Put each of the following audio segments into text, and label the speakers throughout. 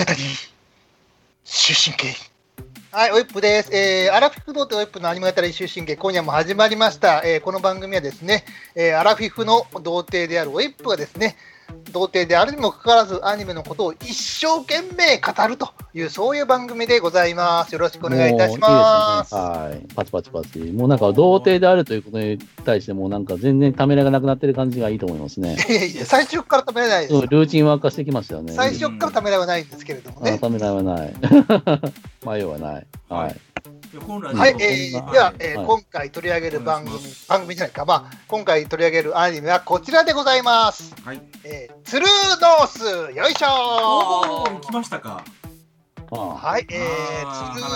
Speaker 1: ったり、終身刑。はい、オイップです。えー、アラフィフ童貞オイップのアニメ語り終身刑、今夜も始まりました。えー、この番組はですね、えー、アラフィフの童貞であるオイップがですね、童貞であるにもかかわらずアニメのことを一生懸命語るという、そういう番組でございます。よろしくお願いいたします。
Speaker 2: もういいですねはい。パチパチパチ。もうなんか、童貞であるということに対して、もうなんか全然ためらいがなくなってる感じがいいと思いま すね。
Speaker 1: いやいや、最初から食べれないです
Speaker 2: そう。ルーチンワー化してきましたよね。
Speaker 1: 最初から食べれはないんですけれども
Speaker 2: あ
Speaker 1: ね。
Speaker 2: ためらいはない。 迷いはない。はい。
Speaker 3: いや本来
Speaker 1: はい、
Speaker 3: の
Speaker 1: え
Speaker 3: こん
Speaker 1: ー、
Speaker 3: な
Speaker 1: では、
Speaker 2: い
Speaker 1: えー
Speaker 2: はい
Speaker 1: 今回取り上げる番組
Speaker 3: お願いし、
Speaker 1: 番組じゃないか、まあ、今回取り上げるアニメはこちらでございます。
Speaker 3: はい。
Speaker 1: えー、トゥルーノース、よいしょ
Speaker 3: お
Speaker 1: ー
Speaker 3: お、来ましたか。
Speaker 2: あ
Speaker 1: はい、え
Speaker 3: あ
Speaker 1: ー、トゥ
Speaker 3: ー
Speaker 1: ルー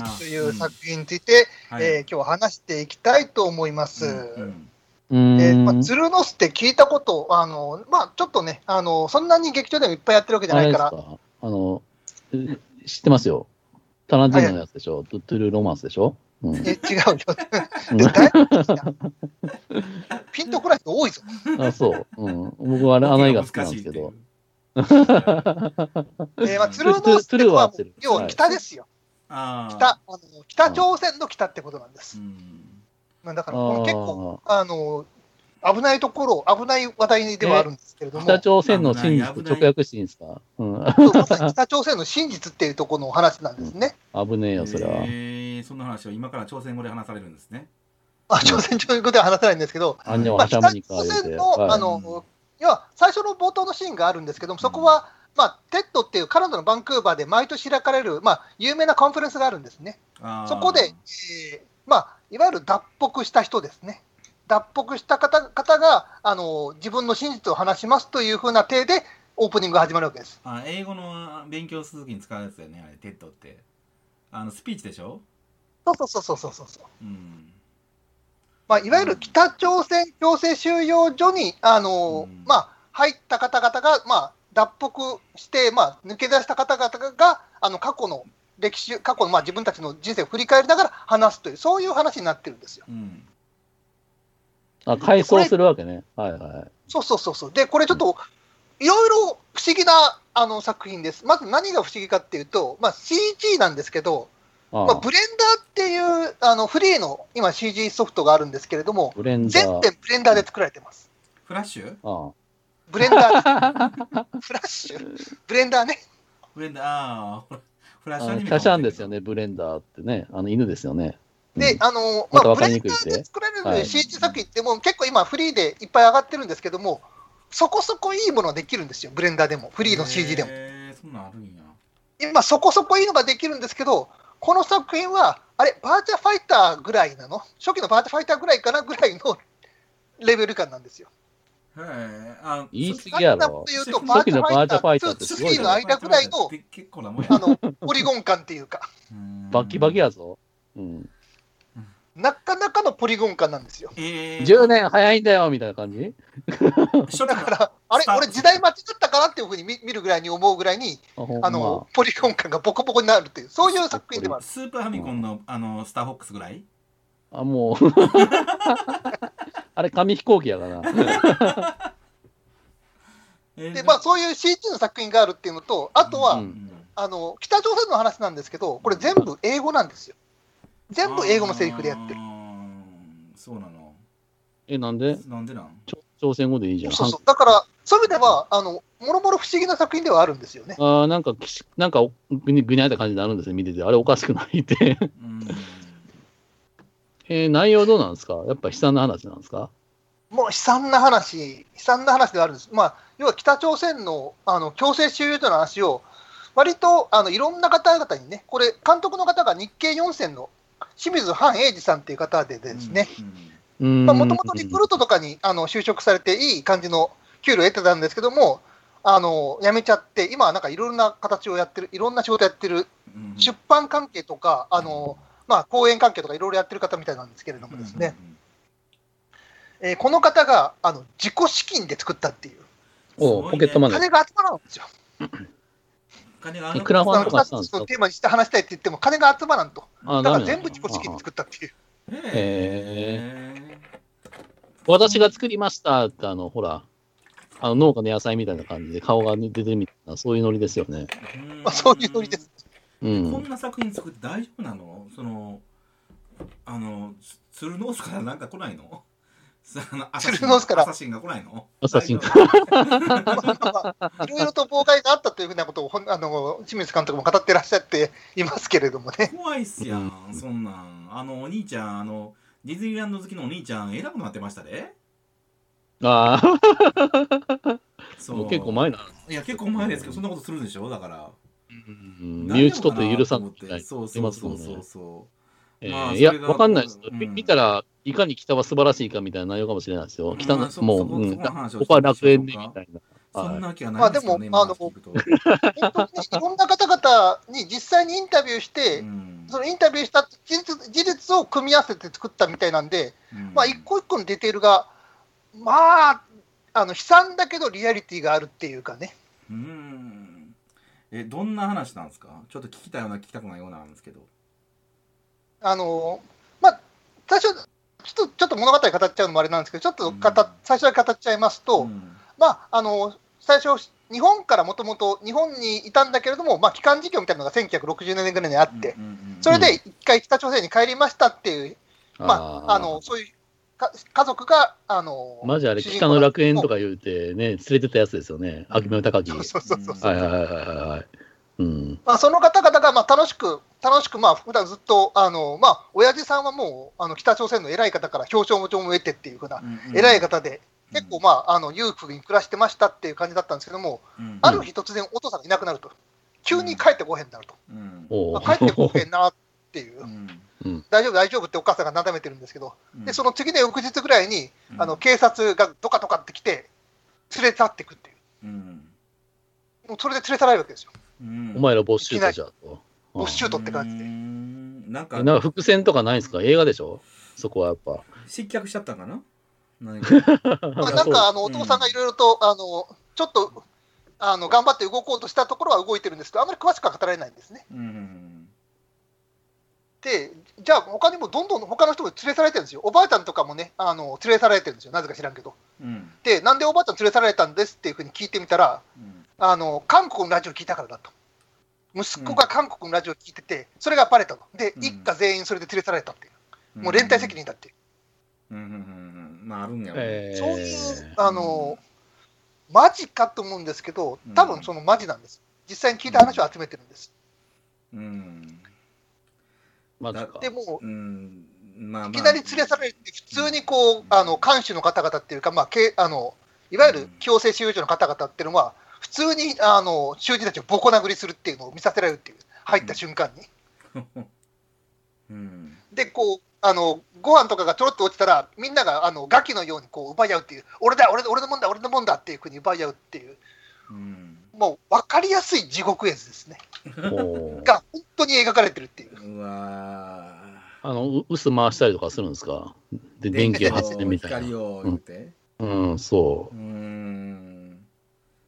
Speaker 1: ノースという作品について、
Speaker 3: はい。
Speaker 1: えー今日話していきたいと思います。
Speaker 3: うんうん
Speaker 2: うーん
Speaker 1: えーまあ、ツルノスって聞いたこと、あのまあ、ちょっとねあの、そんなに劇場でもいっぱいやってるわけじゃ
Speaker 2: あ
Speaker 1: な
Speaker 2: れ
Speaker 1: い
Speaker 2: です
Speaker 1: か、
Speaker 2: からあの、え知ってますよ。タランティーノのやつでしょ。トゥトゥルーロマンスでしょ。うん。
Speaker 1: え違うよ、 でだいぶ聞いたピンとこない人多いぞ。
Speaker 2: あそう。うん。僕はあれ、あの映画好きなん
Speaker 3: 難
Speaker 2: で
Speaker 3: しい
Speaker 2: すけ
Speaker 3: っていう
Speaker 1: え
Speaker 2: ど。
Speaker 1: ーまあ、ツルノースってのは
Speaker 2: トゥルーは合ってる
Speaker 1: 要は北ですよ、
Speaker 3: ああ。
Speaker 1: 北あの北朝鮮の北ってことなんで
Speaker 3: う
Speaker 1: す。
Speaker 3: ん。
Speaker 1: まあ、だから
Speaker 2: あー
Speaker 1: この結構あの危ないところ、危ない話題ではあるんですけれども、
Speaker 2: 北朝鮮の真実直訳していいんですかうん。
Speaker 1: まさに北朝鮮の真実っていうところのお話なんですね。
Speaker 2: 危ねえよ、それは。
Speaker 3: えーそんな話は今から朝鮮語で話されるんですね。
Speaker 1: まあ、朝鮮中国では話せないんですけど、
Speaker 2: あんにょん
Speaker 1: まあ、
Speaker 2: はし
Speaker 1: 北
Speaker 2: ゃむにか
Speaker 1: 朝
Speaker 2: 言う
Speaker 1: 鮮
Speaker 2: て。
Speaker 1: の,、あ
Speaker 2: は
Speaker 1: の要は最初の冒頭のシーンがあるんですけども、そこは、まあ、テッドっていうカナダのバンクーバーで毎年開かれる、まあ、有名なコンフェレンスがあるんですね。
Speaker 3: あー
Speaker 1: そこで、えーまあ、いわゆる脱北した人ですね。脱北した方方があの自分の真実を話しますというふうな体でオープニングが始まるわけです。
Speaker 3: あ英語の勉強するときに使うやつだよね、あれ、テッドって。あの、スピーチでしょ
Speaker 1: そうそうそうそうそうそう。
Speaker 3: うん。
Speaker 1: まあ、いわゆる北朝鮮強制収容所にあの、
Speaker 3: うん
Speaker 1: まあ、入った方々が、まあ、脱北して、まあ、抜け出した方々があの過去の歴史、過去の、まあ、自分たちの人生を振り返りながら話すという、そういう話になってるんですよ。
Speaker 3: うん。
Speaker 2: あ、改装するわけね。はいはい。
Speaker 1: そうそうそうそう。で、これちょっと、いろいろ不思議なあの作品です。まず何が不思議かっていうと、まあ、CG なんですけど、
Speaker 2: あ
Speaker 1: まあ、ブレンダーっていうあのフリーの今 CG ソフトがあるんですけれども、
Speaker 2: ブレンダ
Speaker 1: 全
Speaker 2: ー。
Speaker 1: 編ブレンダーで作られてます。
Speaker 3: フラッシュ
Speaker 2: あ
Speaker 1: ブレンダー です。フラッシュブレンダーね。
Speaker 3: フレンダー、あーフラッ
Speaker 2: あ
Speaker 3: シュア
Speaker 2: の
Speaker 3: ニメ
Speaker 2: キャ
Speaker 3: かも
Speaker 2: シ
Speaker 3: しれ
Speaker 2: ャ
Speaker 3: ん
Speaker 2: ン
Speaker 3: けど
Speaker 2: ですよね、ブレンダーってね。あの犬ですよね。
Speaker 1: で
Speaker 2: う、ん
Speaker 1: あの、
Speaker 2: また
Speaker 1: まあ、
Speaker 2: わ
Speaker 1: ブ
Speaker 2: か
Speaker 1: レ
Speaker 2: り
Speaker 1: ン
Speaker 2: にく
Speaker 1: ダ
Speaker 2: いって
Speaker 1: ーで作ら
Speaker 2: は
Speaker 1: れる
Speaker 2: い
Speaker 1: CG 作品ってもう結構今フリーでいっぱい上がってるんですけども、そこそこいいものできるんですよ、ブレンダーでも、フリーの CG でも。
Speaker 3: えー、そんなんあるんや。
Speaker 1: 今、そこそこいいのができるんですけど、この作品は、あれ、バーチャファイターぐらいなの初期のバーチャファイターぐらいかなぐらいの レベル感なんですよ。
Speaker 3: へえ、あの
Speaker 2: 言い過
Speaker 1: 簡
Speaker 2: ぎや
Speaker 1: 単なこ
Speaker 2: ろ
Speaker 1: と。言うと、バー
Speaker 3: 初
Speaker 1: チ
Speaker 2: 期のバーチ
Speaker 1: ャ
Speaker 2: ャ
Speaker 1: フ
Speaker 2: フ
Speaker 1: ァ
Speaker 2: ァ
Speaker 1: イ
Speaker 2: イ
Speaker 1: タ
Speaker 2: タ
Speaker 1: ー2
Speaker 2: ーっ
Speaker 1: と
Speaker 2: て
Speaker 1: 3
Speaker 2: すごい
Speaker 1: の間ぐらいの、
Speaker 3: 結構なもんや
Speaker 1: あの、ポリゴン感っていうか、
Speaker 2: バキバキやぞ。うん。
Speaker 1: なかなかのポリゴン感なんですよ。
Speaker 3: えー、
Speaker 2: 10年早いんだよみたいな感じ
Speaker 3: 初期
Speaker 1: だ
Speaker 3: の
Speaker 1: から、あれ
Speaker 3: スター、ト
Speaker 1: 俺、時代間違ったかなっていうふうに見見るぐらいに思うぐらいに、
Speaker 2: あほんま
Speaker 1: あの、ポリゴン感がボコボコになるという、そういう作品でもある。
Speaker 3: スーパーファミコンの,、あのスターフォックスぐらい
Speaker 2: あ、もう。あれ、紙飛行機やからな。
Speaker 3: えー
Speaker 1: で、まあ、そういう CG の作品があるっていうのと、あとは、
Speaker 2: うん
Speaker 1: あの、北朝鮮の話なんですけど、これ全部英語なんですよ。全部英語のセリフでやってる。
Speaker 3: あーそうなの
Speaker 2: え、なんで
Speaker 3: なんでなん
Speaker 2: ちょ朝鮮語でいいじゃん。
Speaker 1: そうそう。だから、そういう意味では、あの、もろもろ不思議な作品ではあるんですよね。
Speaker 2: あーなんかきし、なんかおぐにぐにゃいた感じになるんですね、見てて。あれ、おかしくないって。
Speaker 3: うん
Speaker 2: えー内容どうなんですかやっぱ悲惨な話なんですか
Speaker 1: もう悲惨な話、悲惨な話ではあるんです。まあ、要は北朝鮮のあの強制収容所の話を、割とあのいろんな方々にね、これ、監督の方が日経4選の清水半英二さんという方 でですね、
Speaker 2: うーん。
Speaker 1: もともとリクルートとかにあの就職されて、いい感じの給料を得てたんですけども、あの辞めちゃって、今はなんかいろんな形をやってる、いろんな仕事やってる、
Speaker 3: うんうん
Speaker 1: 出版関係とか、あのまあ、講演関係とかいろいろやってる方みたいなんですけれどもですね、えーこの方があの自己資金で作ったっていう。
Speaker 2: おうポケットマネー。
Speaker 1: 金が集まらないんですよ。
Speaker 3: 金があの
Speaker 2: いくらファンとかしたんですか
Speaker 1: そのテーマにして話したいって言っても金が集まらんと。
Speaker 2: あ
Speaker 1: だから
Speaker 2: ダメな
Speaker 1: 全
Speaker 2: の
Speaker 1: 部自己資金で作ったっていう。
Speaker 3: え
Speaker 2: えー私が作りましたって、あの、ほら、あの農家の野菜みたいな感じで顔が出てるみたいな、そういうノリですよね。
Speaker 3: ん
Speaker 1: まあ、そういうノリです。
Speaker 2: う
Speaker 3: こ
Speaker 2: ん。
Speaker 3: んな作品作って大丈夫なのそのあのつ鶴の巣からなんか来ないの そのアサシン
Speaker 1: 鶴の巣から
Speaker 3: アサシンが来ないの
Speaker 2: アサシン
Speaker 3: 大丈夫
Speaker 1: まあ まあまあいろいろと妨害があったというふうなことをほんあの清水監督も語ってらっしゃっていますけれどもね。
Speaker 3: 怖いっすやんそんなんあのお兄ちゃんあのディズニーランド好きのお兄ちゃん偉くなってましたで
Speaker 2: ああ、
Speaker 3: そ
Speaker 2: もう結構前な。
Speaker 3: いや結構前ですけどそんなことするでしょだから
Speaker 2: うん身内取って許さんみたいな。
Speaker 3: そう
Speaker 2: い
Speaker 3: そう
Speaker 2: ます
Speaker 3: そ
Speaker 2: も
Speaker 3: うん
Speaker 2: ね
Speaker 3: そうそ
Speaker 2: え
Speaker 3: まあ
Speaker 2: ーいや、
Speaker 3: それが
Speaker 2: わかんないです、
Speaker 3: うん
Speaker 2: み見たら、いかに北は素晴らしいかみたいな内容かもしれないですよ。
Speaker 3: う
Speaker 2: 北
Speaker 3: ま
Speaker 2: の
Speaker 3: あ、そ
Speaker 2: も、
Speaker 3: そうこ
Speaker 2: うん、
Speaker 3: そこの話を
Speaker 2: ここは楽園でみたいな。
Speaker 3: うそ
Speaker 2: は
Speaker 3: ん
Speaker 2: い
Speaker 3: なわけはないですよね
Speaker 1: まあでも
Speaker 3: 今聞くと
Speaker 1: 本当にねいろんな方々に実際にインタビューして、
Speaker 3: うん
Speaker 1: そのインタビューした事実事実を組み合わせて作ったみたいなんで、
Speaker 3: うん
Speaker 1: まあ、一個一個のディテールが、まあ、あの悲惨だけどリアリティがあるっていうかね、
Speaker 3: うーんえどんな話なんですかちょっと聞きたいような聞きたくないようななんですけど
Speaker 1: あのまあ、最初ちょっと、ちょっと物語語っちゃうのもあれなんですけど、ちょっと語っ
Speaker 3: うん
Speaker 1: 最初は語っちゃいますと、
Speaker 3: ん
Speaker 1: まあ、あの最初、日本からもともと日本にいたんだけれども、まあ、帰還事業みたいなのが1960年ぐらいにあって、
Speaker 3: うんうんうんうん
Speaker 1: それで一回北朝鮮に帰りましたっていうまあ、あのそういうか家族が、あの
Speaker 2: マジあれ、
Speaker 1: 主人
Speaker 2: 北
Speaker 1: 公
Speaker 2: の楽園とか
Speaker 1: も
Speaker 2: 言うてね、連れてったやつですよね。秋元隆。
Speaker 1: う
Speaker 2: は
Speaker 1: そうそうそうそう、
Speaker 2: いはいはいはいはい。うん。
Speaker 1: まあ、その方々がまあ楽しく、楽しく、まあ普段ずっと、あのまあ親父さんはもうあの北朝鮮の偉い方から表彰も上も得てっていうふうな、
Speaker 3: うんうん
Speaker 1: 偉い方で、
Speaker 3: うん
Speaker 1: 結構、まあ、あの裕福に暮らしてましたっていう感じだったんですけども、
Speaker 3: うん
Speaker 1: ある日突然、お父さんがいなくなると、急に帰ってこへんになると、
Speaker 3: うん
Speaker 2: お
Speaker 1: ま
Speaker 2: お。
Speaker 1: あ帰ってこへんなっていう
Speaker 3: う。ん
Speaker 1: 大丈夫、大丈夫ってお母さんがなだめてるんですけど、
Speaker 3: うん
Speaker 1: でその次の翌日ぐらいに、
Speaker 3: うん
Speaker 1: あの警察がドカドカって来て、連れ去っていくっていう。
Speaker 3: うん
Speaker 1: もうそれで連れ去られるわけですよ。
Speaker 3: う ん
Speaker 2: お前ら没収だじゃあと。うん
Speaker 1: 没収シュートって感じで
Speaker 3: うーんな
Speaker 2: な
Speaker 3: んか
Speaker 2: んか伏線とかないですか映画でしょそこはやっぱ。
Speaker 3: 失脚しちゃったんかな何 か
Speaker 1: まあ、なんかあの
Speaker 3: う
Speaker 1: お
Speaker 3: ん
Speaker 1: 父さんがいろいろと、あのちょっとあの頑張って動こうとしたところは動いてるんですけど、あまり詳しくは語られないんですね。
Speaker 3: うん
Speaker 1: で、じゃあ、他にもどんどん他の人も連れ去られてるんですよ。おばあちゃんとかもね、あの連れ去られてるんですよ、なぜか知らんけど。
Speaker 3: うん
Speaker 1: で、なんでおばあちゃん連れ去られたんですっていうふうに聞いてみたら、
Speaker 3: うん
Speaker 1: あの韓国のラジオ聞いたからだと。息子が韓国のラジオ聞いてて、それがバレたの。で、
Speaker 3: うん
Speaker 1: 一家全員それで連れ去られたっていう、もう連帯責任だっていう、
Speaker 3: うんうんうんうんまああるんやろね
Speaker 2: えー
Speaker 1: そういう、あのマジかと思うんですけど、多分そのマジなんです。実際に聞いた話を集めてるんです。
Speaker 3: うん
Speaker 2: マジか
Speaker 1: で。もう
Speaker 3: うんまあ
Speaker 1: い
Speaker 3: まあ
Speaker 1: きなり連れ去ら れて、普通にこう、あの看守の方々っていうか、まあ、けあのいわゆる強制収容所の方々っていうのは、普通にあの囚人たちをボコ殴りするっていうのを見させられるっていう、入った瞬間に。
Speaker 3: うん
Speaker 1: で、こう、あのご飯とかがちょろっと落ちたら、みんながあのガキのようにこう奪い合うっていう、俺だ、俺だ俺のもんだ、俺のもんだっていうふうに奪い合うっていう、
Speaker 3: うん
Speaker 1: もう分かりやすい地獄絵図ですね、
Speaker 2: おー
Speaker 1: が本当に描かれてるっていう。
Speaker 3: うわ
Speaker 2: あの、う薄回したりとかするんですかで、
Speaker 3: ー
Speaker 2: 電気を発電みたい
Speaker 3: 光
Speaker 2: な。
Speaker 3: を言って。
Speaker 2: うん、そう
Speaker 3: う。ーん。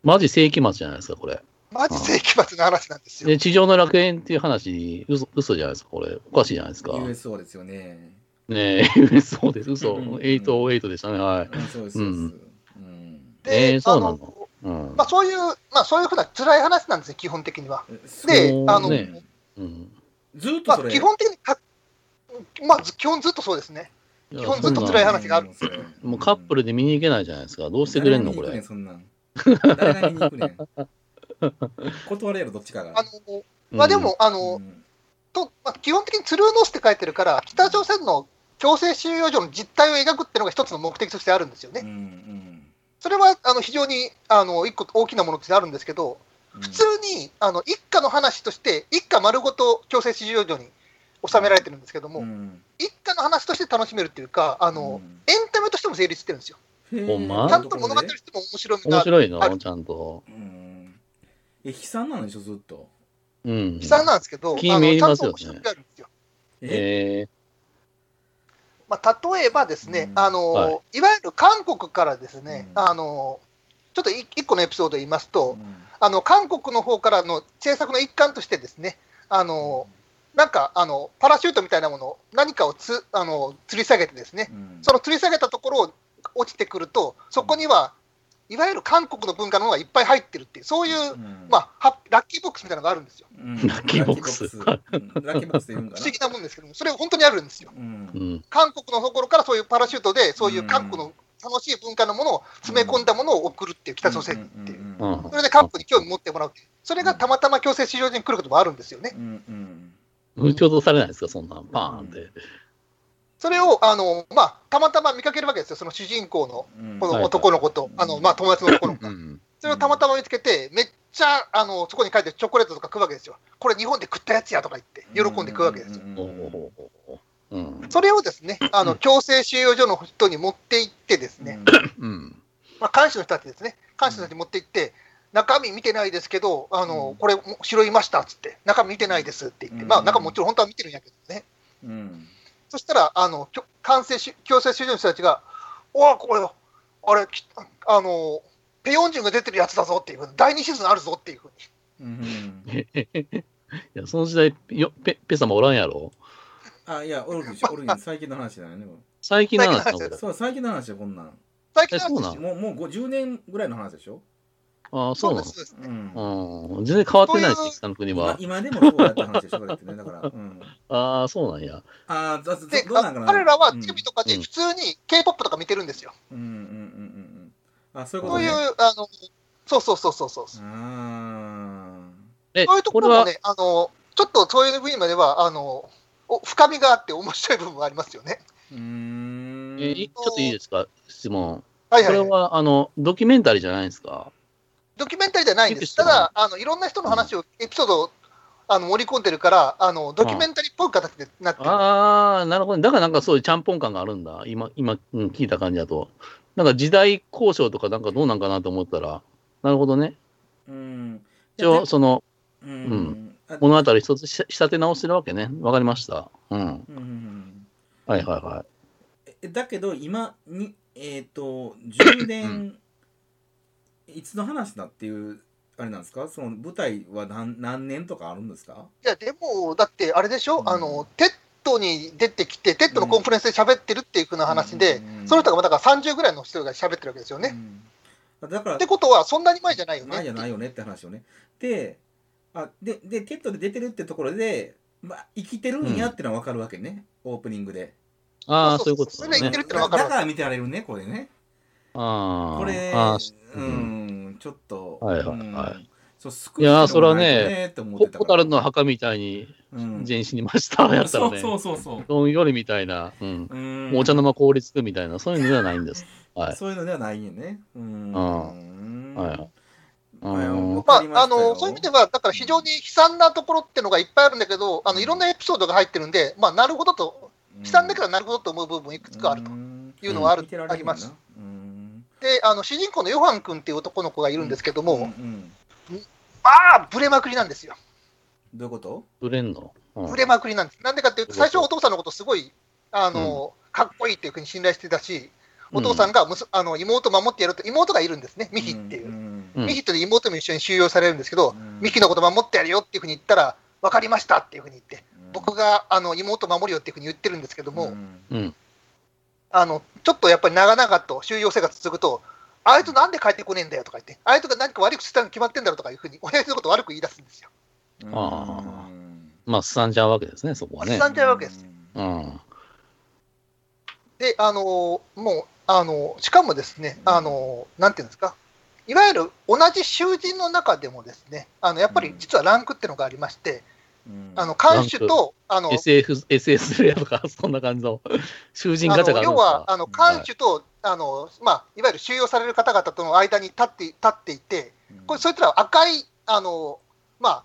Speaker 2: マジ世紀末じゃないですか、これ。
Speaker 1: マジ世紀末の話なんですよ。
Speaker 2: で、地上の楽園っていう話、嘘嘘じゃないですか、これ。おかしいじゃないですか。ね
Speaker 3: USO ですよね。
Speaker 2: え、嘘です、嘘。
Speaker 3: うん
Speaker 2: 808でしたね、はい。
Speaker 3: うんそうです。そうですうん。
Speaker 1: で
Speaker 2: えーそうなの
Speaker 1: あの
Speaker 2: うん
Speaker 1: まあ、そういう、まあ、そういうふうな辛い話なんですね、基本的には。で
Speaker 3: そう
Speaker 1: あの
Speaker 3: ね
Speaker 2: うん。
Speaker 3: ずっ
Speaker 1: ま
Speaker 3: と
Speaker 1: あ
Speaker 3: そ、れ。
Speaker 1: 基本的にか、まあ、ず基本ずっとそうですね。
Speaker 2: い
Speaker 1: 基
Speaker 2: や
Speaker 1: 本ずっと辛い話がある
Speaker 3: そんなん。
Speaker 2: もうカップルで見に行けないじゃないですか。どうしてくれんの、こ
Speaker 3: 誰
Speaker 2: れ。
Speaker 3: が見に行くねんそんなん。誰が見に行くねん。 断れやろ、どっちかが。
Speaker 1: あのまあ、でも、あ
Speaker 3: う
Speaker 1: の
Speaker 3: ん
Speaker 1: とまあ、基本的にツルーノスって書いてるから、北朝鮮の強制収容所の実態を描くっていうのが一つの目的としてあるんですよ
Speaker 3: う
Speaker 1: ね。
Speaker 3: ん
Speaker 1: それはあの非常にあの一個大きなものとしてあるんですけど、
Speaker 3: うん。
Speaker 1: 普通にあの一家の話として、一家丸ごと強制収容所に収められてるんですけども、
Speaker 3: うん
Speaker 1: 一家の話として楽しめるっていうか、あの
Speaker 3: うん
Speaker 1: エンタメとしても成立してるんですよ。
Speaker 3: へー
Speaker 2: ほんま
Speaker 1: ちゃんと物語としても面白み
Speaker 2: 面
Speaker 1: が、
Speaker 2: 白い
Speaker 1: ある
Speaker 2: の、ちゃんと。
Speaker 3: うん。え、悲惨なのでしょ、ずっと。
Speaker 2: うん。
Speaker 1: 悲惨なんですけど、
Speaker 2: 気に見え
Speaker 1: あの
Speaker 2: ま
Speaker 1: ち
Speaker 2: す
Speaker 1: ゃん
Speaker 2: よ
Speaker 1: と
Speaker 2: ね
Speaker 1: 面白みがあるんですよ。
Speaker 2: え
Speaker 1: まあ、例えばですね、
Speaker 3: うん
Speaker 1: あの、
Speaker 2: はい
Speaker 1: わゆる韓国からですね、
Speaker 3: うん
Speaker 1: あのちょっとい一個のエピソードを言いますと、
Speaker 3: うん
Speaker 1: あの韓国の方からの政策の一環としてですね、あのなんかあのパラシュートみたいなもの、何かをつあの吊り下げてですね、
Speaker 3: うん
Speaker 1: その吊り下げたところを落ちてくると、そこにはいわゆる韓国の文化の方がいっぱい入ってるっていう、そういう、
Speaker 3: うん
Speaker 1: まあ、ハッラッキーボックスみたいなのがあるんですよ。
Speaker 3: うん
Speaker 2: ラッキーボックス
Speaker 3: ラッキーボックスうんラッキーボックスって言うんか
Speaker 1: 不
Speaker 3: な
Speaker 1: 思議なもんですけども、それ本当にあるんですよ。
Speaker 3: うん
Speaker 2: うん。
Speaker 1: 韓国のところからそういうパラシュートで、そういう
Speaker 3: うん
Speaker 1: 韓国の楽しい文化のものを詰め込んだものを送るっていう北朝鮮にっていう。
Speaker 3: ん
Speaker 2: う
Speaker 3: うん
Speaker 2: ん
Speaker 1: それで韓国に興味持ってもらうっていう。それがたまたま強制市場に来ることもあるんですよね。
Speaker 3: うんうん
Speaker 2: 撃ち落とされないですか、そんなん、パーンって。
Speaker 1: それを、あの、まあ、たまたま見かけるわけですよ。その主人公の、
Speaker 3: うん
Speaker 1: こ
Speaker 2: はい
Speaker 1: の男の子と、あの、まあ、友達の男の子
Speaker 2: う
Speaker 1: が。
Speaker 2: ん。
Speaker 1: それをたまたま見つけて、めっちゃ、あの、そこに書いてるチョコレートとか食うわけですよ。これ日本で食ったやつやとか言って、喜んで食うわけですよ。
Speaker 3: うん
Speaker 2: おおおうん。
Speaker 1: それをですね、あの、強制収容所の人に持って行ってですね、
Speaker 2: うん。
Speaker 1: まあ、監視の人たちですね、監視の人たち持って行って、中身見てないですけど、あの
Speaker 3: うん
Speaker 1: これ、も拾いましたっつって、中身見てないですって言って、
Speaker 3: うん
Speaker 1: まあ、中もちろん本当は見てるんやけどね、
Speaker 3: うん
Speaker 1: そしたら、あのきょ強制し強制収容の人たちが、おお、これ、あれ、きあのペヨンジュンが出てるやつだぞっていうふうに、第2シーズンあるぞっていうふうに、
Speaker 3: うん
Speaker 2: いや、その時代、よペペ様おらんやろ
Speaker 3: あいやおるでしょおるでしょ最近の話だよねこ
Speaker 2: 最近の話なの
Speaker 1: 最近の話
Speaker 2: こ
Speaker 3: れ
Speaker 2: れ
Speaker 3: そう最近の話よこんなん
Speaker 1: 最近なん
Speaker 2: え
Speaker 1: で
Speaker 2: そうな
Speaker 1: す
Speaker 2: の
Speaker 1: よ。
Speaker 3: もうもう50年ぐらいの話でしょ
Speaker 2: ああ、そうな
Speaker 1: ですそうですね
Speaker 2: のうん。全然変わってない
Speaker 1: そうい
Speaker 2: し、
Speaker 1: う
Speaker 2: 北の国
Speaker 3: 今
Speaker 2: は。
Speaker 3: 今でもそうやって話でしょこれってねだからうん
Speaker 2: ああ、そうなんや。
Speaker 3: ああ、だど
Speaker 1: で
Speaker 3: どうなんかな
Speaker 1: 彼らはテレビとかで
Speaker 2: うん
Speaker 1: 普通に k p o p とか見てるんですよ。
Speaker 3: うんうんうんうんうん。あ、そういうこ
Speaker 1: そ
Speaker 3: と
Speaker 1: うい
Speaker 3: ね。
Speaker 1: う、あのそうそうそうそうそう、
Speaker 3: あ
Speaker 2: え、
Speaker 1: そういうとこ
Speaker 2: これ
Speaker 1: ろも
Speaker 2: は、
Speaker 1: ね、あのちょっとそういう部分まではあのお深みがあって面白い部分はありますよね。
Speaker 3: ーうーん。
Speaker 2: えいちょっといいですか、質問。
Speaker 1: はい
Speaker 2: こ
Speaker 1: はい
Speaker 2: れ
Speaker 1: はい、
Speaker 2: は、あの、ドキュメンタリーじゃないんですか
Speaker 1: ドキュメンタリーじゃないんで
Speaker 2: エピ
Speaker 1: す。
Speaker 2: ソ
Speaker 1: た
Speaker 2: ード
Speaker 1: だあの、いろんな人の話を、エピソードをあの盛り込んでるからあの、ドキュメンタリーっぽい形でなってる。
Speaker 2: ああ、なるほど。だからなんかそういうちゃんぽん感があるんだ。今、今、うん、聞いた感じだと。なんか時代交渉とかなんかどうなんかなと思ったら、なるほどね。
Speaker 3: うん。
Speaker 2: 一応、その
Speaker 3: うんん。あうん
Speaker 2: 物語一つし仕立て直してるわけね。わかりました。うん。
Speaker 3: うんうん
Speaker 2: はいはいはい。
Speaker 3: えだけど、今に、えっと、10
Speaker 2: う
Speaker 3: 年、いつの話だっていう、あれなんですかその舞台は何何年とかあるんですか
Speaker 1: いやでも、だってあれでしょ、
Speaker 3: うん
Speaker 1: あのテッドに出てきて、テッドのコンフレンスで喋ってるっていうふうな話で、
Speaker 3: うん
Speaker 1: その人がだから30ぐらいの人が喋ってるわけですよね。。
Speaker 3: うんだから
Speaker 1: って、ことは、そんなに前じゃないよね。
Speaker 3: 前じゃないよねって話をね。で、あで、で、テッドで出てるってところで、まあ、生きてるんやってのは分かるわけね、オープニングで。
Speaker 2: ああ、
Speaker 1: そうそうそ
Speaker 2: そいううこ
Speaker 1: う
Speaker 2: と
Speaker 1: それ
Speaker 2: だ
Speaker 1: 言
Speaker 2: ね
Speaker 1: ってる。っての
Speaker 3: だ
Speaker 1: は分かる
Speaker 3: だから見てられるね、これね。
Speaker 2: ああ。
Speaker 3: これ
Speaker 2: ああ、、
Speaker 3: う
Speaker 2: うん
Speaker 3: ん、ちょっと。
Speaker 2: はいはい
Speaker 3: うん
Speaker 2: はい。
Speaker 3: そう、す
Speaker 2: いやーそれはね
Speaker 3: って思っ
Speaker 2: ホ
Speaker 3: てた
Speaker 2: ホ
Speaker 3: か
Speaker 2: タ
Speaker 3: ら
Speaker 2: ルの墓みたいに
Speaker 3: うん
Speaker 2: 全死にました。やった
Speaker 3: そ
Speaker 2: ら
Speaker 3: う
Speaker 2: ね。
Speaker 3: そうそうそう。
Speaker 2: どんよりみたいな。うん。
Speaker 3: うん
Speaker 2: お茶の間凍りつくみたいな、そういうのではないんです。はい。
Speaker 3: そういうのではないよね。うん。
Speaker 2: あ
Speaker 3: うん
Speaker 2: はい
Speaker 3: あの
Speaker 2: うん
Speaker 1: ま
Speaker 3: わかりま
Speaker 1: あ、あ
Speaker 3: したよ
Speaker 1: のそういう意味では、だから非常に悲惨なところってのがいっぱいあるんだけど、あのいろんなエピソードが入ってるんで、まあ、なるほどと、悲惨だけどなるほどと思う部分いくつかあると
Speaker 3: と
Speaker 1: いうのはある、
Speaker 3: 見てられ
Speaker 1: あ
Speaker 3: る
Speaker 1: り
Speaker 3: よな
Speaker 1: ます。。
Speaker 3: うん。
Speaker 1: で、あの主人公のヨハン君っていう男の子がいるんですけども、
Speaker 3: うん
Speaker 1: ま
Speaker 3: うん
Speaker 1: あ、ぶれまくりなんですよ、
Speaker 3: どういうこと
Speaker 2: 売れんの、うん
Speaker 1: ぶれまくりなんです。なんでかっていうと、最初はお父さんのことすごいあの、かっこいいっていうふうに信頼してたし、お父さんがむすあの妹を守ってやると、妹がいるんですね、ミヒっていう。
Speaker 3: うん
Speaker 2: うん
Speaker 1: ミヒと妹も一緒に収容されるんですけど、
Speaker 3: うん
Speaker 1: ミヒのこと守ってやるよっていうふうに言ったら、分かりましたっていうふうに言って。僕があの妹守るよっていうふうに言ってるんですけども、
Speaker 3: うん
Speaker 2: うん。
Speaker 1: あのちょっとやっぱり長々と収容生活続くと、あいつなんで帰ってこねえんだよとか言って、あいつが何か悪くしたの決まってんだろうとかいうふうに、親父のことを悪く言い出すんですよ。
Speaker 2: あまあ、すさんじゃうわけですね、そこは
Speaker 1: す
Speaker 2: ね
Speaker 1: さ。んじゃうわけです。
Speaker 2: うん。
Speaker 1: で、あのもうあの、しかもですね、あのなんていうんですか、いわゆる同じ囚人の中でもですね、あのやっぱり実はランクっていうのがありまして、
Speaker 3: うん
Speaker 1: あの看守と、あの
Speaker 2: SF、SS レアとか、 そんな感じの、囚人
Speaker 1: あ
Speaker 2: ガチャが
Speaker 1: の
Speaker 2: あるん
Speaker 1: 要
Speaker 2: です
Speaker 1: は
Speaker 2: か
Speaker 1: あの看守と、あのまあ、いわゆる収容される方々との間に立って立っていて、これそいつらは赤いあの、まあ、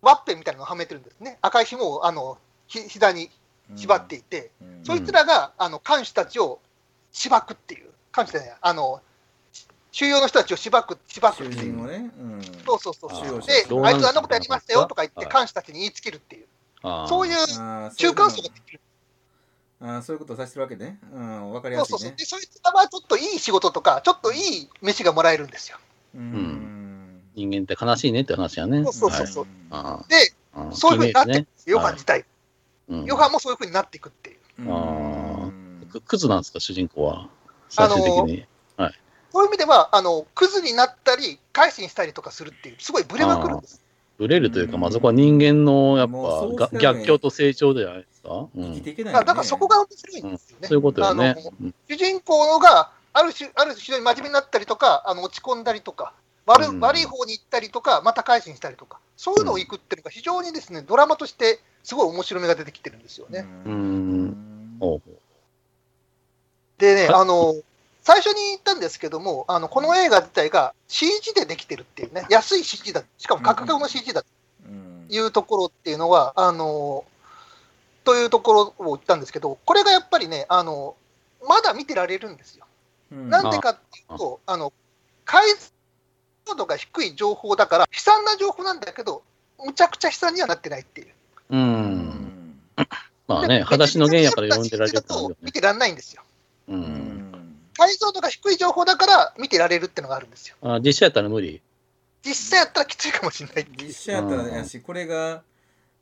Speaker 1: ワッペンみたいなのをはめてるんですね、赤い紐をあのひ膝に縛っていて、
Speaker 3: うん
Speaker 1: そいつらがあの看守たちをしばくっていう、看守じゃないあの収容の人たちをしばく、しばくっ
Speaker 3: 囚
Speaker 1: ていう。
Speaker 3: 人をね、うん
Speaker 1: そうそうそう
Speaker 2: あ
Speaker 3: ー
Speaker 1: で
Speaker 3: どう、
Speaker 1: あ
Speaker 3: ないん
Speaker 1: つ
Speaker 3: ですか
Speaker 1: あんなことやりましたよとか言って、
Speaker 2: はい
Speaker 1: 看守たちに言いつけるっていう、
Speaker 2: あー
Speaker 1: そういう
Speaker 3: あーそうい
Speaker 1: 中
Speaker 3: うこ
Speaker 1: 間
Speaker 3: と
Speaker 1: 層ができる
Speaker 3: あーそういうことをさせてるわけね。うん、わかり
Speaker 1: そ
Speaker 3: や
Speaker 1: うそ
Speaker 3: す
Speaker 1: う
Speaker 3: い
Speaker 1: そう
Speaker 3: ね。
Speaker 1: で、そいつらはちょっといい仕事とか、ちょっといい飯がもらえるんですよ。
Speaker 3: うん
Speaker 2: 人間って悲しいねって話やね。
Speaker 1: そうそうそう
Speaker 3: はい
Speaker 2: あ
Speaker 1: で、
Speaker 2: ーあー
Speaker 1: そういうふうになっていくん
Speaker 2: 決
Speaker 1: ですよ、ヨハン自体。
Speaker 2: めですね。
Speaker 1: ヨハンもそういうふうになっていくっていう。
Speaker 3: うん
Speaker 2: あーうんくクズなんですか、主人公は。
Speaker 1: あ
Speaker 2: 最
Speaker 1: のー
Speaker 2: 終的に。
Speaker 1: そういう意味では、あのクズになったり、改心したりとかするっていう、すごいブレまくるんです。
Speaker 2: ブレるというか、まあそこは人間のやっ
Speaker 3: もうそう
Speaker 2: ぱが
Speaker 3: しかない
Speaker 2: 逆境と成長じゃないですか。う
Speaker 3: 生
Speaker 2: ん
Speaker 3: きていけない
Speaker 1: だから
Speaker 3: よね
Speaker 1: だからそこが面白いんですよね。
Speaker 2: そういうことよね
Speaker 1: あの。
Speaker 2: うん
Speaker 1: 主人公がある種、ある種、非常に真面目になったりとか、あの落ち込んだりとか悪、
Speaker 2: うん
Speaker 1: 悪い方に行ったりとか、また改心したりとか、そういうのをいくっていうのが、非常にですねドラマとして、すごい面白みが出てきてるんですよね。
Speaker 3: う
Speaker 2: うんんおう
Speaker 1: でね、
Speaker 2: はい
Speaker 1: あの最初に言ったんですけども、あのこの映画自体が CG でできてるっていうね、安い CG だ、しかも価格の CG だ
Speaker 3: うん
Speaker 1: いうところっていうのは、あのというところを言ったんですけど、これがやっぱりね、あのまだ見てられるんですよ。
Speaker 3: うん
Speaker 1: なんでかっていうと、あの解像度が低い情報だから、悲惨な情報なんだけど、むちゃくちゃ悲惨にはなってないっていう。
Speaker 2: う。
Speaker 3: うんん
Speaker 2: まあ
Speaker 1: で
Speaker 2: ね、裸足の原野から読んでられる
Speaker 1: だ
Speaker 2: と思う
Speaker 1: と
Speaker 2: よ
Speaker 1: 見
Speaker 2: ね。
Speaker 1: てらんないんですよ。
Speaker 2: う。
Speaker 3: うんん
Speaker 1: 解像度が低い情報だから見てられるってのがあるんですよ。
Speaker 2: あ実写やったら無理。
Speaker 1: 実際やったらきついかもしれないっていう
Speaker 3: 実写やったらやしこれがう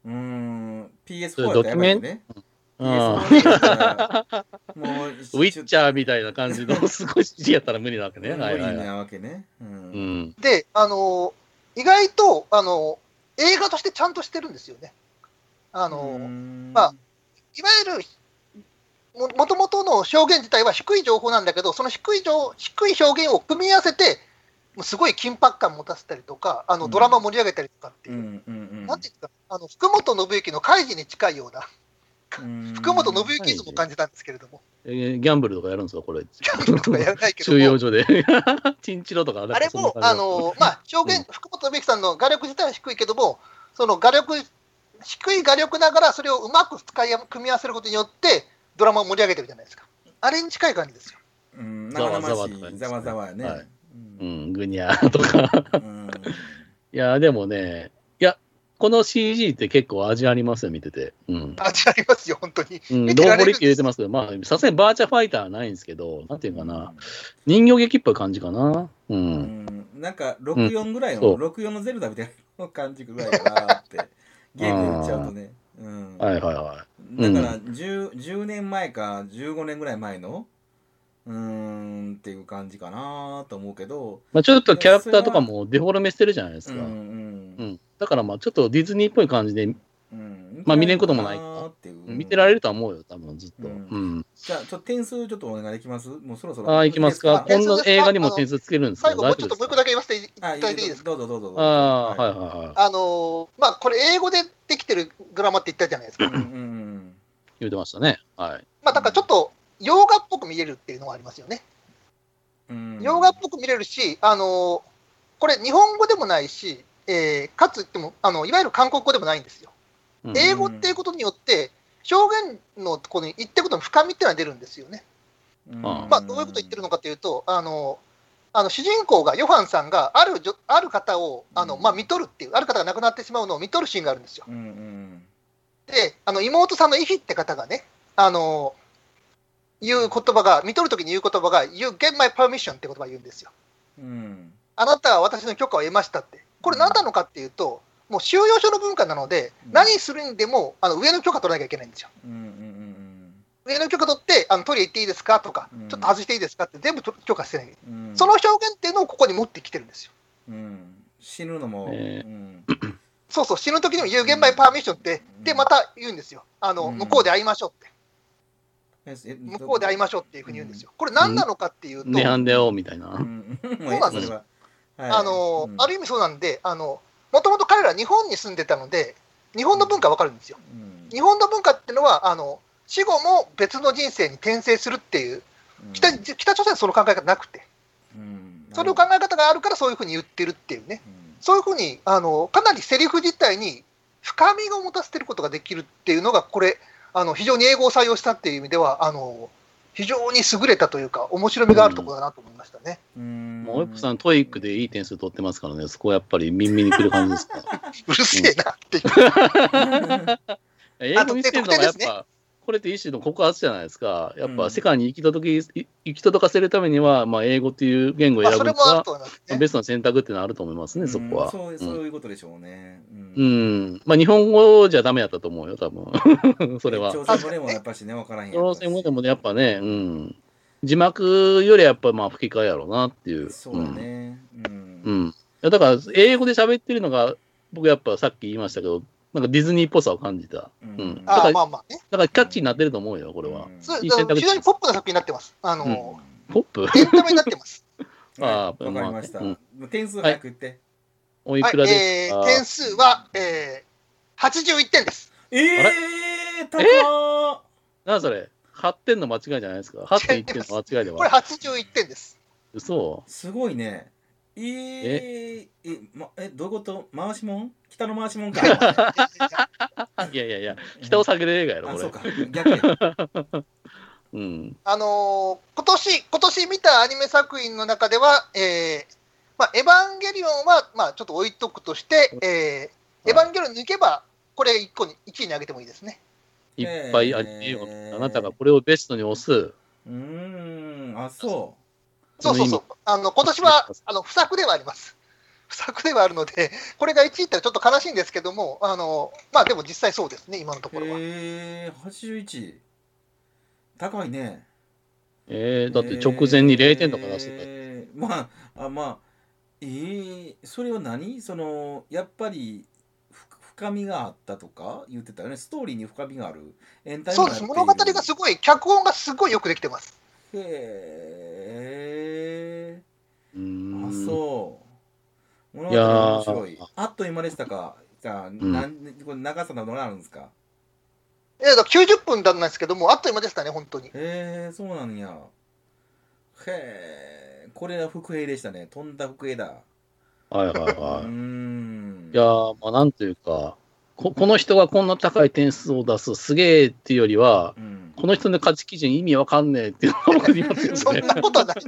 Speaker 3: ーん PS4
Speaker 2: それ
Speaker 3: やったらやばいよね
Speaker 2: うん。
Speaker 3: PS4 やったらもうウ
Speaker 2: ウィッチャーみたいな感 じの、すごい CG やったら無理なわけね。
Speaker 3: 無
Speaker 2: はいはい
Speaker 3: 理
Speaker 2: はい。
Speaker 3: なわけねう
Speaker 2: うんん。
Speaker 1: で、あの意外と、あの映画としてちゃんとしてるんですよね。あの
Speaker 3: うん
Speaker 1: まあいわゆるももともとの表現自体は低い情報なんだけど、その低い情低い表現を組み合わせて、もうすごい緊迫感持たせたりとか、あ
Speaker 3: う
Speaker 1: の
Speaker 3: ん
Speaker 1: ドラマ盛り上げたりとかって
Speaker 3: う
Speaker 1: いう、
Speaker 3: んうんうん
Speaker 1: なんていうんですか、あの福本信之の怪事に近いような、
Speaker 3: うん
Speaker 1: 福本信之イズも感じたんですけれども、
Speaker 2: えーギャンブルとかやるんですか、これ。
Speaker 1: キャンプ とかやらないけど も
Speaker 2: 収容。所で。 チンチロとか。なんか
Speaker 1: あれ
Speaker 2: そんな
Speaker 1: も、
Speaker 2: 感じ
Speaker 1: あのまあ、表現、福本美樹さんの画力自体は低いけども、その画力、低い画力ながら、それをうまく使い組み合わせることによって、ドラマを盛り上げてるじゃないですか。あれに近い感じですよ。
Speaker 3: うん
Speaker 2: ざわざわ
Speaker 3: 生々しい
Speaker 2: とかですね
Speaker 3: ざわざわやね
Speaker 2: はい
Speaker 3: うん
Speaker 2: うん、グニャーとか。
Speaker 3: うん
Speaker 2: いや、でもね、いや、この CG って結構味ありますよ、見てて。うん。
Speaker 1: あ、違いますよ、本当に。
Speaker 2: うん、
Speaker 1: 見
Speaker 2: ど
Speaker 1: て
Speaker 2: う
Speaker 1: ら
Speaker 2: も
Speaker 1: れる
Speaker 2: りって入れてますけど、まあ、さすがにバーチャファイターはないんですけど、なんていうかな、人形劇っぽい感じかな。う。
Speaker 3: うんんなんか64ぐらい
Speaker 2: そ
Speaker 3: の
Speaker 2: う
Speaker 3: 64のゼルダみたいな感じぐらいかなって ゲームで言っちゃうとねうん
Speaker 2: はいはいは
Speaker 3: だから 10, 10年前か15年ぐらい前のうーんっていう感じかなと思うけど、
Speaker 2: い。まあ、ちょっとキャラクターとかもデフォルメしてるじゃないです
Speaker 3: う
Speaker 2: か。うん。
Speaker 3: ん
Speaker 2: だからまあ、ちょっとディズニーっぽい感じで、
Speaker 3: うんうん
Speaker 2: まあ見れんこともない
Speaker 3: ーっていう
Speaker 2: 見てられ
Speaker 3: る
Speaker 2: るとは思うよ、多分ずっと。
Speaker 3: う
Speaker 2: うんん。
Speaker 3: じゃあちょっと点数ちょっとお願いできますもうそろそろ
Speaker 2: ああ、いきますか。
Speaker 1: えそ
Speaker 2: こん
Speaker 1: う
Speaker 2: な
Speaker 1: ですか
Speaker 2: 映画にも点数つけるんですか
Speaker 1: 最後、も
Speaker 2: 大
Speaker 1: うち
Speaker 2: 丈
Speaker 1: ょっ
Speaker 2: 夫
Speaker 1: と
Speaker 2: です
Speaker 1: もう一個
Speaker 2: か
Speaker 1: だけ言わせてい
Speaker 3: あい
Speaker 1: ただいていいですか。
Speaker 3: どうぞどうぞどうぞ
Speaker 2: ああ、はい
Speaker 3: い
Speaker 2: はいはい。
Speaker 1: あのまあ、これ、英語でできてるドラマって言ったじゃないですか。
Speaker 3: うんうん
Speaker 2: 言うてましたね。はい。
Speaker 1: まあ、だからちょっと洋画っぽく見れるっていうのはありますよね。
Speaker 3: うんうん
Speaker 1: 洋画っぽく見れるし、あのこれ、日本語でもないし、えーかつ言ってもあの、いわゆる韓国語でもないんですよ。
Speaker 2: うん
Speaker 1: 英語っていうことによって、表現のところに言ってることの深みっていうのは出るんですよね。
Speaker 3: うん
Speaker 2: ま
Speaker 1: まあ、どういうこと言ってるのかというと、あのあの主人公が、ヨハンさんがあるじょある方をあの、まあ、見とるっていう、ある方が亡くなってしまうのを見とるシーンがあるんですよ。
Speaker 3: うんうん
Speaker 1: で、あの妹さんのイヒって方がね、あの言う言葉が、見とるときに言う言葉が、You get my permission って言葉を言うんですよ。
Speaker 3: うん
Speaker 1: あなたは私の許可を得ましたって。これ何なのかっていうと、もう収容所の文化なので、
Speaker 3: うん
Speaker 1: 何するにでもあの上の許可取らなきゃいけないんですよ。
Speaker 3: うんうん
Speaker 1: 上の許可取って、あのトイレ行っていいですかとか
Speaker 3: う、ん
Speaker 1: ちょっと外していいですかって全部と許可してない。
Speaker 3: うんうん
Speaker 1: その表現っていうのをここに持ってきてるんですよ。
Speaker 3: うん死ぬのも
Speaker 2: ね
Speaker 3: うん
Speaker 1: そうそう、死ぬ時にも有限米パーミッションって
Speaker 3: う、ん
Speaker 1: で、また言うんですよ。あ
Speaker 3: う
Speaker 1: の、
Speaker 3: ん
Speaker 1: 向こうで会いましょうって。
Speaker 3: ええ
Speaker 1: 向こうで会いましょうっていうふうに言うんですよ。これ何なのかっていうと、
Speaker 2: ネハンデオみたい
Speaker 3: うん
Speaker 2: な。
Speaker 3: もう
Speaker 1: そ
Speaker 3: ええ
Speaker 1: うなん
Speaker 2: です
Speaker 3: それははい
Speaker 1: あの、
Speaker 3: うん
Speaker 1: ある意味そうなんで、あの、もともと彼ら日本に住んでたので、日本の文化わかるんですよ。
Speaker 3: うん
Speaker 1: 日本の文化っていうのは、あの、死後も別の人生に転生するっていう、北
Speaker 3: うん
Speaker 1: 北朝鮮はその考え方なくて、
Speaker 3: うん
Speaker 1: その考え方があるからそういうふうに言ってるっていうね、そういうふうに、あの、かなりセリフ自体に深みを持たせてることができるっていうのが、これ、あの、非常に英語を採用したっていう意味では、あの、非常に優れたというか、面白みがあるところだなと思いましたね。
Speaker 3: うん
Speaker 2: もう、オイプさん、トイックでいい点数取ってますからね、そこはやっぱり耳にくる感じですか。
Speaker 1: うるせえなっていう。
Speaker 2: 英語見せるのがやっぱ、これって一種の告発じゃないですか。やっ
Speaker 3: う
Speaker 2: ぱ
Speaker 3: ん
Speaker 2: 世界に行き届き、い行き届かせるためには、まあ、英語っていう言語を
Speaker 1: まあ、
Speaker 2: 選
Speaker 1: そ
Speaker 2: ぶ
Speaker 1: れ
Speaker 2: の
Speaker 1: もある
Speaker 2: が
Speaker 1: と、思います
Speaker 2: まあ
Speaker 1: ね。
Speaker 2: ベストの選択っていうのはあると思います
Speaker 3: う
Speaker 2: ね、
Speaker 3: ん
Speaker 2: そこは。
Speaker 3: そうそういうことでしょうね
Speaker 2: う
Speaker 3: うん
Speaker 2: ん。まあ、日本語じゃダメやったと思うよ、多分 それは。
Speaker 3: 朝鮮語でもやっぱしね分からへんや
Speaker 2: 朝
Speaker 3: ろうし
Speaker 2: 鮮語でもね、やっぱね、うん。字幕よりやっぱまあ吹き替えやろうなっていう。
Speaker 3: そうだね。う。
Speaker 2: うんん。うん。いやだから、英語で喋ってるのが、僕やっぱさっき言いましたけど、なんかディズニーっぽさを感じた。
Speaker 3: うん
Speaker 2: うん。だ
Speaker 1: あ
Speaker 2: か
Speaker 1: ー
Speaker 2: ら、だ
Speaker 1: ま
Speaker 2: か
Speaker 1: あまあね。
Speaker 2: らキャッチーになってると思うよ、これは。
Speaker 3: うん
Speaker 1: そう
Speaker 2: いい
Speaker 1: だ
Speaker 2: 選
Speaker 1: から
Speaker 2: 択肢
Speaker 1: 非常にポップな作品になってます。あのー
Speaker 2: ポップ
Speaker 1: エンタメになってます。
Speaker 2: あー
Speaker 3: わかりました
Speaker 2: まあ。
Speaker 3: 点数早く言って。
Speaker 2: お い
Speaker 1: はい
Speaker 2: くら、で
Speaker 1: え
Speaker 2: す
Speaker 1: ー、
Speaker 2: か、
Speaker 1: 点数は、えー、81点です。
Speaker 3: ええー、高
Speaker 2: なんそれ ?8 点の間違いじゃないですか ?8.1 点の間違いで
Speaker 1: これ
Speaker 2: は。
Speaker 1: 81点 です。
Speaker 2: 嘘
Speaker 3: ーすごいね。えー、え、ま、え、どういうこと回しもん北の回しもんか。
Speaker 2: あいやいやいや、 北を下げる映画やろ、
Speaker 3: あ、
Speaker 2: こ
Speaker 3: そう
Speaker 2: れ。
Speaker 3: か。 逆や。
Speaker 2: うん。
Speaker 1: あのー今年、今年見たアニメ作品の中では、えーまあ、エヴァンゲリオンは、まあ、ちょっと置いとくとして、えーエヴァンゲリオン抜けば、これ1個に、1位に上げてもいいですね。
Speaker 2: いっぱいありえよ
Speaker 3: えー
Speaker 2: あなたがこれをベストに押す。
Speaker 3: うーん、あ、そ
Speaker 1: そうそうそう。あの、今年は、あの、不作ではあります。 不作ではあるので、これが1位ったらちょっと悲しいんですけども、あの、まあでも実際そうですね、今のと
Speaker 3: う。
Speaker 1: ころは。
Speaker 3: えー、81。高いね。
Speaker 2: えー、だって直前に0点とか出してた。
Speaker 3: えーまああまあえー、それは何そのやっぱりふ深みがあったとか言ってたよねストーリーに深みがあるエンタメ
Speaker 1: そうです。物語がすごい、脚本がすごいよくできてます。
Speaker 3: ごい
Speaker 2: う
Speaker 3: へえ
Speaker 2: ーん
Speaker 3: あそう物
Speaker 2: い
Speaker 3: 語
Speaker 2: や
Speaker 3: が
Speaker 2: ー
Speaker 3: 面白いあっという間でしたかじゃあ、
Speaker 2: ん
Speaker 3: なん、これ長さなどあるんですか
Speaker 1: いや、だから90分だったんですけども、あっという間でしたね、本当に。
Speaker 3: へえそうなんやへえこれは伏兵でしたね飛んだ伏兵だ
Speaker 2: はいはいうは
Speaker 3: ーん
Speaker 2: い。いやー、まあなんというか、ここの人がこんな高い点数を出す、すげえっていうよりは、
Speaker 3: うん
Speaker 2: この人の価値基準意味わかんねえっていうのが僕に言 ってるんです
Speaker 1: そん
Speaker 2: ね。
Speaker 1: なことは ない。い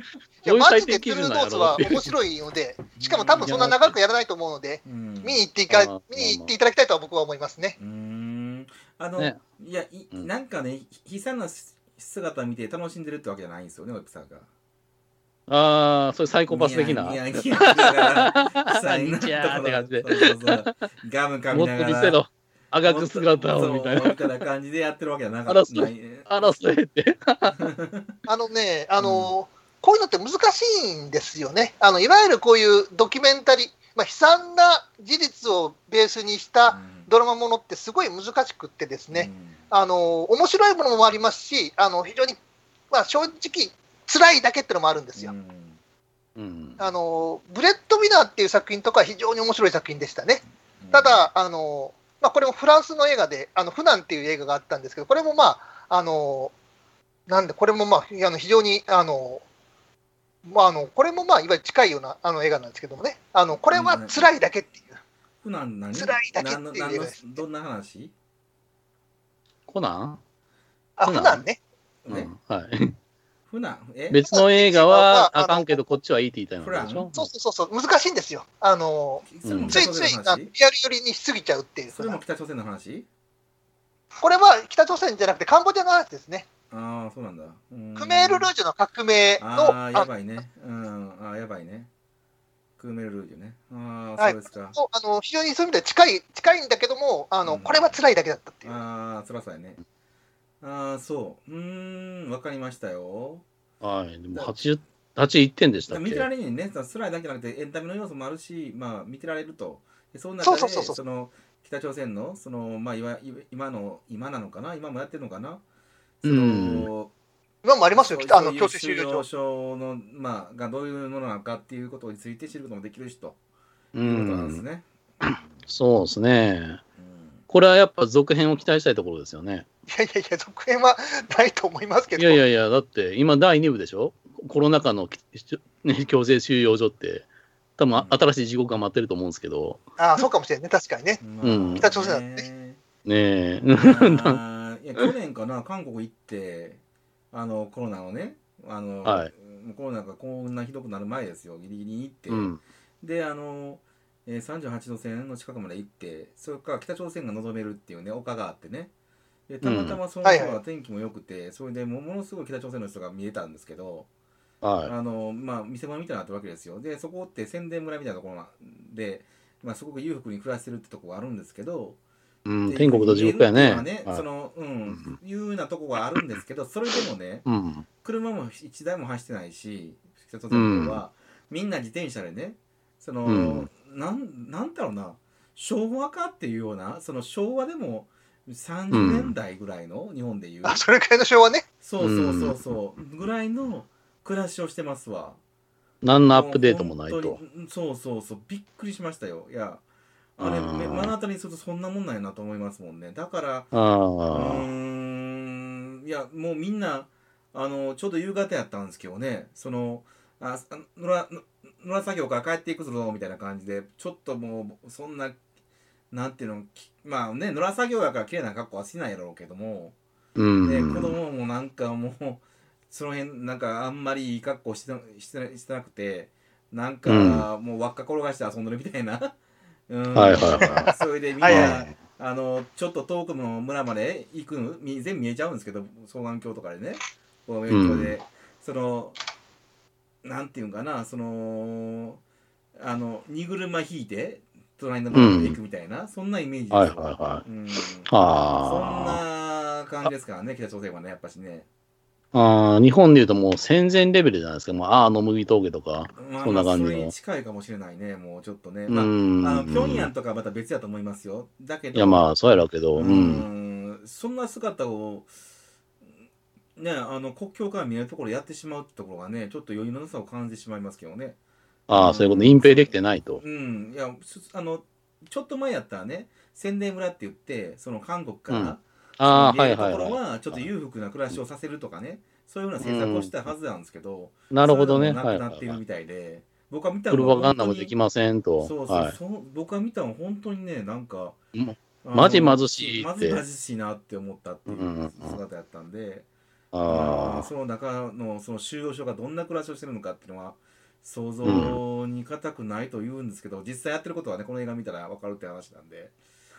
Speaker 1: や
Speaker 2: どういう
Speaker 1: マジ
Speaker 2: 採
Speaker 1: でトゥ
Speaker 2: 点基
Speaker 1: ルー
Speaker 2: 準
Speaker 1: ノ
Speaker 2: なん
Speaker 1: ー
Speaker 2: や
Speaker 1: ス
Speaker 2: ろう
Speaker 1: は
Speaker 2: って
Speaker 1: 面白いので、しかも多分そんな長くやらないと思うので、
Speaker 3: うん
Speaker 1: 見に行っていか
Speaker 2: うん
Speaker 1: 見に行っていただきたいとは僕は思いますね。
Speaker 3: うーんあの、
Speaker 2: ね
Speaker 3: いやい、
Speaker 2: うん
Speaker 3: なんかねひ悲惨なし姿見て楽しんでるってわけじゃないんですよね、お客さんが。
Speaker 2: ああ、それサイコパス的な。
Speaker 3: い
Speaker 2: も
Speaker 3: やいやいや悲惨な
Speaker 2: にちゃーって感じで
Speaker 3: そうそうそうガム噛み
Speaker 2: っ
Speaker 3: な
Speaker 2: と
Speaker 3: がら。
Speaker 2: 見せろ、あがく姿をみたい
Speaker 3: そう
Speaker 2: な。
Speaker 3: みたいな感じでやってるわけじゃな か
Speaker 2: あら
Speaker 3: った。
Speaker 2: そう
Speaker 3: ない
Speaker 2: 争えって。
Speaker 1: あのね、あのーこういうのって難しいんですよね。あのいわゆるこういうドキュメンタリー、まあ、悲惨な事実をベースにしたドラマものってすごい難しくってですね、。あのー面白いものもありますし、あの非常に、まあ、正直、辛いだけってのもあるんで
Speaker 3: です
Speaker 1: よ。
Speaker 2: うん。
Speaker 1: あのーブレッドウィナーっていう作品とか非常に面白い作品でしたね。た、だ、あのまあ、これもフランスの映画で、あのフナンっていう映画があったんですけど、これもまあ、あのなんで、これもまあ、あの非常に、あのまあ、あのこれもまあ、いわゆる近いようなあの映画なんですけどもね、あのこれは辛いだけっていう、
Speaker 3: 普段何
Speaker 1: 辛いだけっていう
Speaker 3: 何の何の
Speaker 1: 映画です
Speaker 3: どんな話
Speaker 2: コナン、
Speaker 1: あ
Speaker 2: フ
Speaker 1: フ
Speaker 2: ナン
Speaker 1: ナンね、
Speaker 2: う
Speaker 3: ね
Speaker 2: ん、はい。
Speaker 3: 普段、え
Speaker 2: 別の映画 はあかんけど、こっちはいいって言いたいのでしょ
Speaker 3: フ
Speaker 1: そうそうそうそう、難しいんですよ、あの
Speaker 3: それも
Speaker 1: つい
Speaker 3: 北朝
Speaker 1: つい
Speaker 3: 鮮の
Speaker 1: あのリ
Speaker 3: 話
Speaker 1: アル寄りにしすぎちゃうっていう
Speaker 3: それも北朝鮮の話
Speaker 1: これは北朝鮮じゃなくて、カンボジアの話ですね、
Speaker 3: ああ、そうなんだ。うーん
Speaker 1: クメール・ルージュの革命の、
Speaker 3: ああ、や
Speaker 1: あ
Speaker 3: ばいね。うん、ああ、やばいね。クーメルルージュね。ああ、
Speaker 1: はい
Speaker 3: そうですか。
Speaker 1: そうあの非常にそういう意味では近い近いんだけども、あの
Speaker 3: うん
Speaker 1: これは辛いだけだったっていう。
Speaker 3: ああ、辛さやね。ああ、そう。うーん、わかりましたよ。
Speaker 2: はい。でも80 81点でしたっ
Speaker 3: 見てら
Speaker 2: け
Speaker 3: れるようにね、その辛いだけじゃなくてエンタメの要素もあるし、まあ、見てられると。でその中で、
Speaker 1: そうそうそうそう
Speaker 3: その北朝鮮の、その、まあ、いわい今の、今なのかな今もやってるのかなその、
Speaker 1: 今もありますよ、
Speaker 3: そう
Speaker 1: きっとあの
Speaker 3: そういう
Speaker 1: 強制収
Speaker 3: 収
Speaker 1: 容
Speaker 3: 容
Speaker 1: 所。
Speaker 3: 所の、まあ、がどういうものなのかっていうことについて知ることもできるしと
Speaker 2: う
Speaker 3: いうことなんです
Speaker 2: ん。
Speaker 3: ね。
Speaker 2: そうですね。
Speaker 3: うん
Speaker 2: これはやっぱ続編を期待したいところですよね。
Speaker 1: いやいやいや、続編はないと思いますけ
Speaker 2: い
Speaker 1: ど、
Speaker 2: やいやいや、だって今第2部でしょコロナ禍のきね強制収容所って、多分あ
Speaker 3: うん
Speaker 2: 新しい地獄が待ってると思うんですけど、
Speaker 1: ああそうかもしれないね、確かにね。
Speaker 2: うん
Speaker 1: 北朝鮮だっ
Speaker 3: ね。
Speaker 2: ねえ、
Speaker 3: あーいや去年かな韓国行ってあのコロナのねあ の、
Speaker 2: はい
Speaker 3: コロナがこんなひどくなる前ですよギリギリに行って、
Speaker 2: うん、
Speaker 3: であの、えー38度線の近くまで行ってそれから北朝鮮が望めるっていうね丘があってねでたまたまその
Speaker 1: うん
Speaker 3: 日
Speaker 1: はい
Speaker 3: は天気も良くて、それでもものすごい北朝鮮の人が見えたんですけど、
Speaker 2: は
Speaker 3: あのまあ、店番みたいなのあったわけですよでそこって宣伝村みたいなところなんで、まあ、すごく裕福に暮らしてるってとこがあるんですけど
Speaker 2: うん、天国と地獄やね。
Speaker 3: 見えるっていうのはその、うん、いうようなとこがあるんですけど、それでもね、
Speaker 2: うん。
Speaker 3: 車も一台も走ってないし、人とのは、みんな自転車でね、その、
Speaker 2: うん
Speaker 3: なん、なんだろうな、昭和かっていうような、その昭和でも30年代ぐらいの、日本でいう、
Speaker 1: あ、それくらいの昭和ね。
Speaker 3: そうそうそうそう、ぐらいの暮らしをしてますわ。
Speaker 2: 何のアップデートもない
Speaker 3: もう
Speaker 2: と
Speaker 3: 本。当にそうそうそうびっくりしましたよいやあれ
Speaker 2: あー
Speaker 3: め目の当たりにするとそんなもんなんやなと思いますもんねだからう
Speaker 2: ああ。
Speaker 3: ーんいやもうみんなあのちょうど夕方やったんですけどねそのああ野良野良作業から帰っていくぞみたいな感じでちょっともうそんななんていうのきまあね野良作業やから綺麗な格好はしないやろうけども、
Speaker 2: う
Speaker 3: ね、子
Speaker 2: ん。
Speaker 3: 供もなんかもうその辺なんかあんまりいい格好してなしてなしてなくてなんかもう輪っか転がして遊んでるみたいな、 うん
Speaker 2: はいはいは
Speaker 3: それでみんな、
Speaker 1: はいはい
Speaker 3: あのちょっと遠くの村まで行くみ全部見えちゃうんですけど双眼鏡とかでねこの影響で、そのなんていうんかなそのあの荷車引いて隣の村まで行くみたいな、そんなイメージですよ
Speaker 2: はいはいは
Speaker 3: うん
Speaker 2: い。
Speaker 3: そん
Speaker 2: あ
Speaker 3: な感じですからね、北朝鮮はね、やっぱしね。
Speaker 2: あ。ああ、日本でいうともう戦前レベルじゃないですか。もう、ああの麦峠とか。
Speaker 3: まあ、
Speaker 2: そんな感じの
Speaker 3: まあそれに近いかもしれないね、もうちょっとね。
Speaker 2: う
Speaker 3: まあ、
Speaker 2: ん。
Speaker 3: あの平壌とかまた別やと思いますよ。だけど、
Speaker 2: いや、まあ、そうやろうけど。
Speaker 3: う
Speaker 2: うん。
Speaker 3: ん、そんな姿を、ね、あの国境から見えるところやってしまうってところがね、ちょっと余裕のなさを感じてしまいますけどね。
Speaker 2: ああ、そういうこと。隠蔽できてないと。
Speaker 3: うん、いや、すあの、ちょっと前やったらね、宣伝村って言って、その韓国から、
Speaker 2: うんああ、
Speaker 3: 見
Speaker 2: は
Speaker 3: え
Speaker 2: い
Speaker 3: ると
Speaker 2: はい
Speaker 3: ころ
Speaker 2: は
Speaker 3: はちょっと裕福な暮らしをさせるとかね、そういうような政策をしたはずなんですけど、
Speaker 2: い。なるほどね。
Speaker 3: そうい
Speaker 2: はい
Speaker 3: うのもな
Speaker 2: は
Speaker 3: くなって
Speaker 2: い
Speaker 3: い
Speaker 2: は
Speaker 3: る
Speaker 2: い。
Speaker 3: みたいで、僕は見た
Speaker 2: プ
Speaker 3: の
Speaker 2: ロ
Speaker 3: は
Speaker 2: パガンダもできません
Speaker 3: 本当にそ
Speaker 2: と。
Speaker 3: うそう、
Speaker 2: はい。
Speaker 3: その僕は見たのは本当にね、なんか、
Speaker 2: うん
Speaker 3: あの
Speaker 2: マジ貧しい
Speaker 3: マ
Speaker 2: っ
Speaker 3: ジ
Speaker 2: て
Speaker 3: 貧しいなって思ったってい
Speaker 2: うんうんう
Speaker 3: うん姿やったんで、
Speaker 2: あ
Speaker 3: その中のその収容所がどんな暮らしをしてるのかっていうのは、想像に難くないと言うんですけど、実際やってることはね、この映画見たら分かるって話なんで、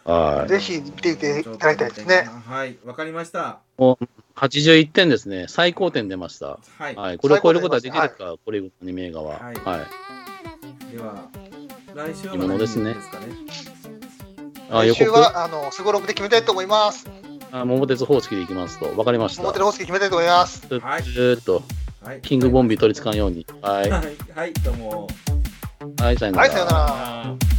Speaker 2: あ。はい。
Speaker 1: ぜひ見ていただきたいですね
Speaker 3: はい、分かりました。
Speaker 2: 81点ですね。最高点出ました。
Speaker 3: はい、
Speaker 2: はい。これを超えることはできるか、これ以外の名画は。
Speaker 3: は
Speaker 2: はいい。
Speaker 3: では、来
Speaker 4: 来
Speaker 3: 週
Speaker 4: 週
Speaker 3: は
Speaker 4: は
Speaker 2: まだいいですね
Speaker 3: ですかね。
Speaker 2: ああ、
Speaker 1: 来
Speaker 2: 予
Speaker 1: 週
Speaker 2: 告
Speaker 1: は、あの、すごろくで決めたいと思います。
Speaker 2: あ桃鉄方式でいきますと。わかりました。
Speaker 1: 表の方式決めたいと思います。
Speaker 2: ず
Speaker 3: はい
Speaker 2: ーっと、
Speaker 3: はい、
Speaker 2: キングボンビー取りつかんように。はい。
Speaker 3: はい、はい、どうも。
Speaker 2: はい、さよな
Speaker 1: はい、
Speaker 2: ら
Speaker 1: さよ。なら。
Speaker 3: あー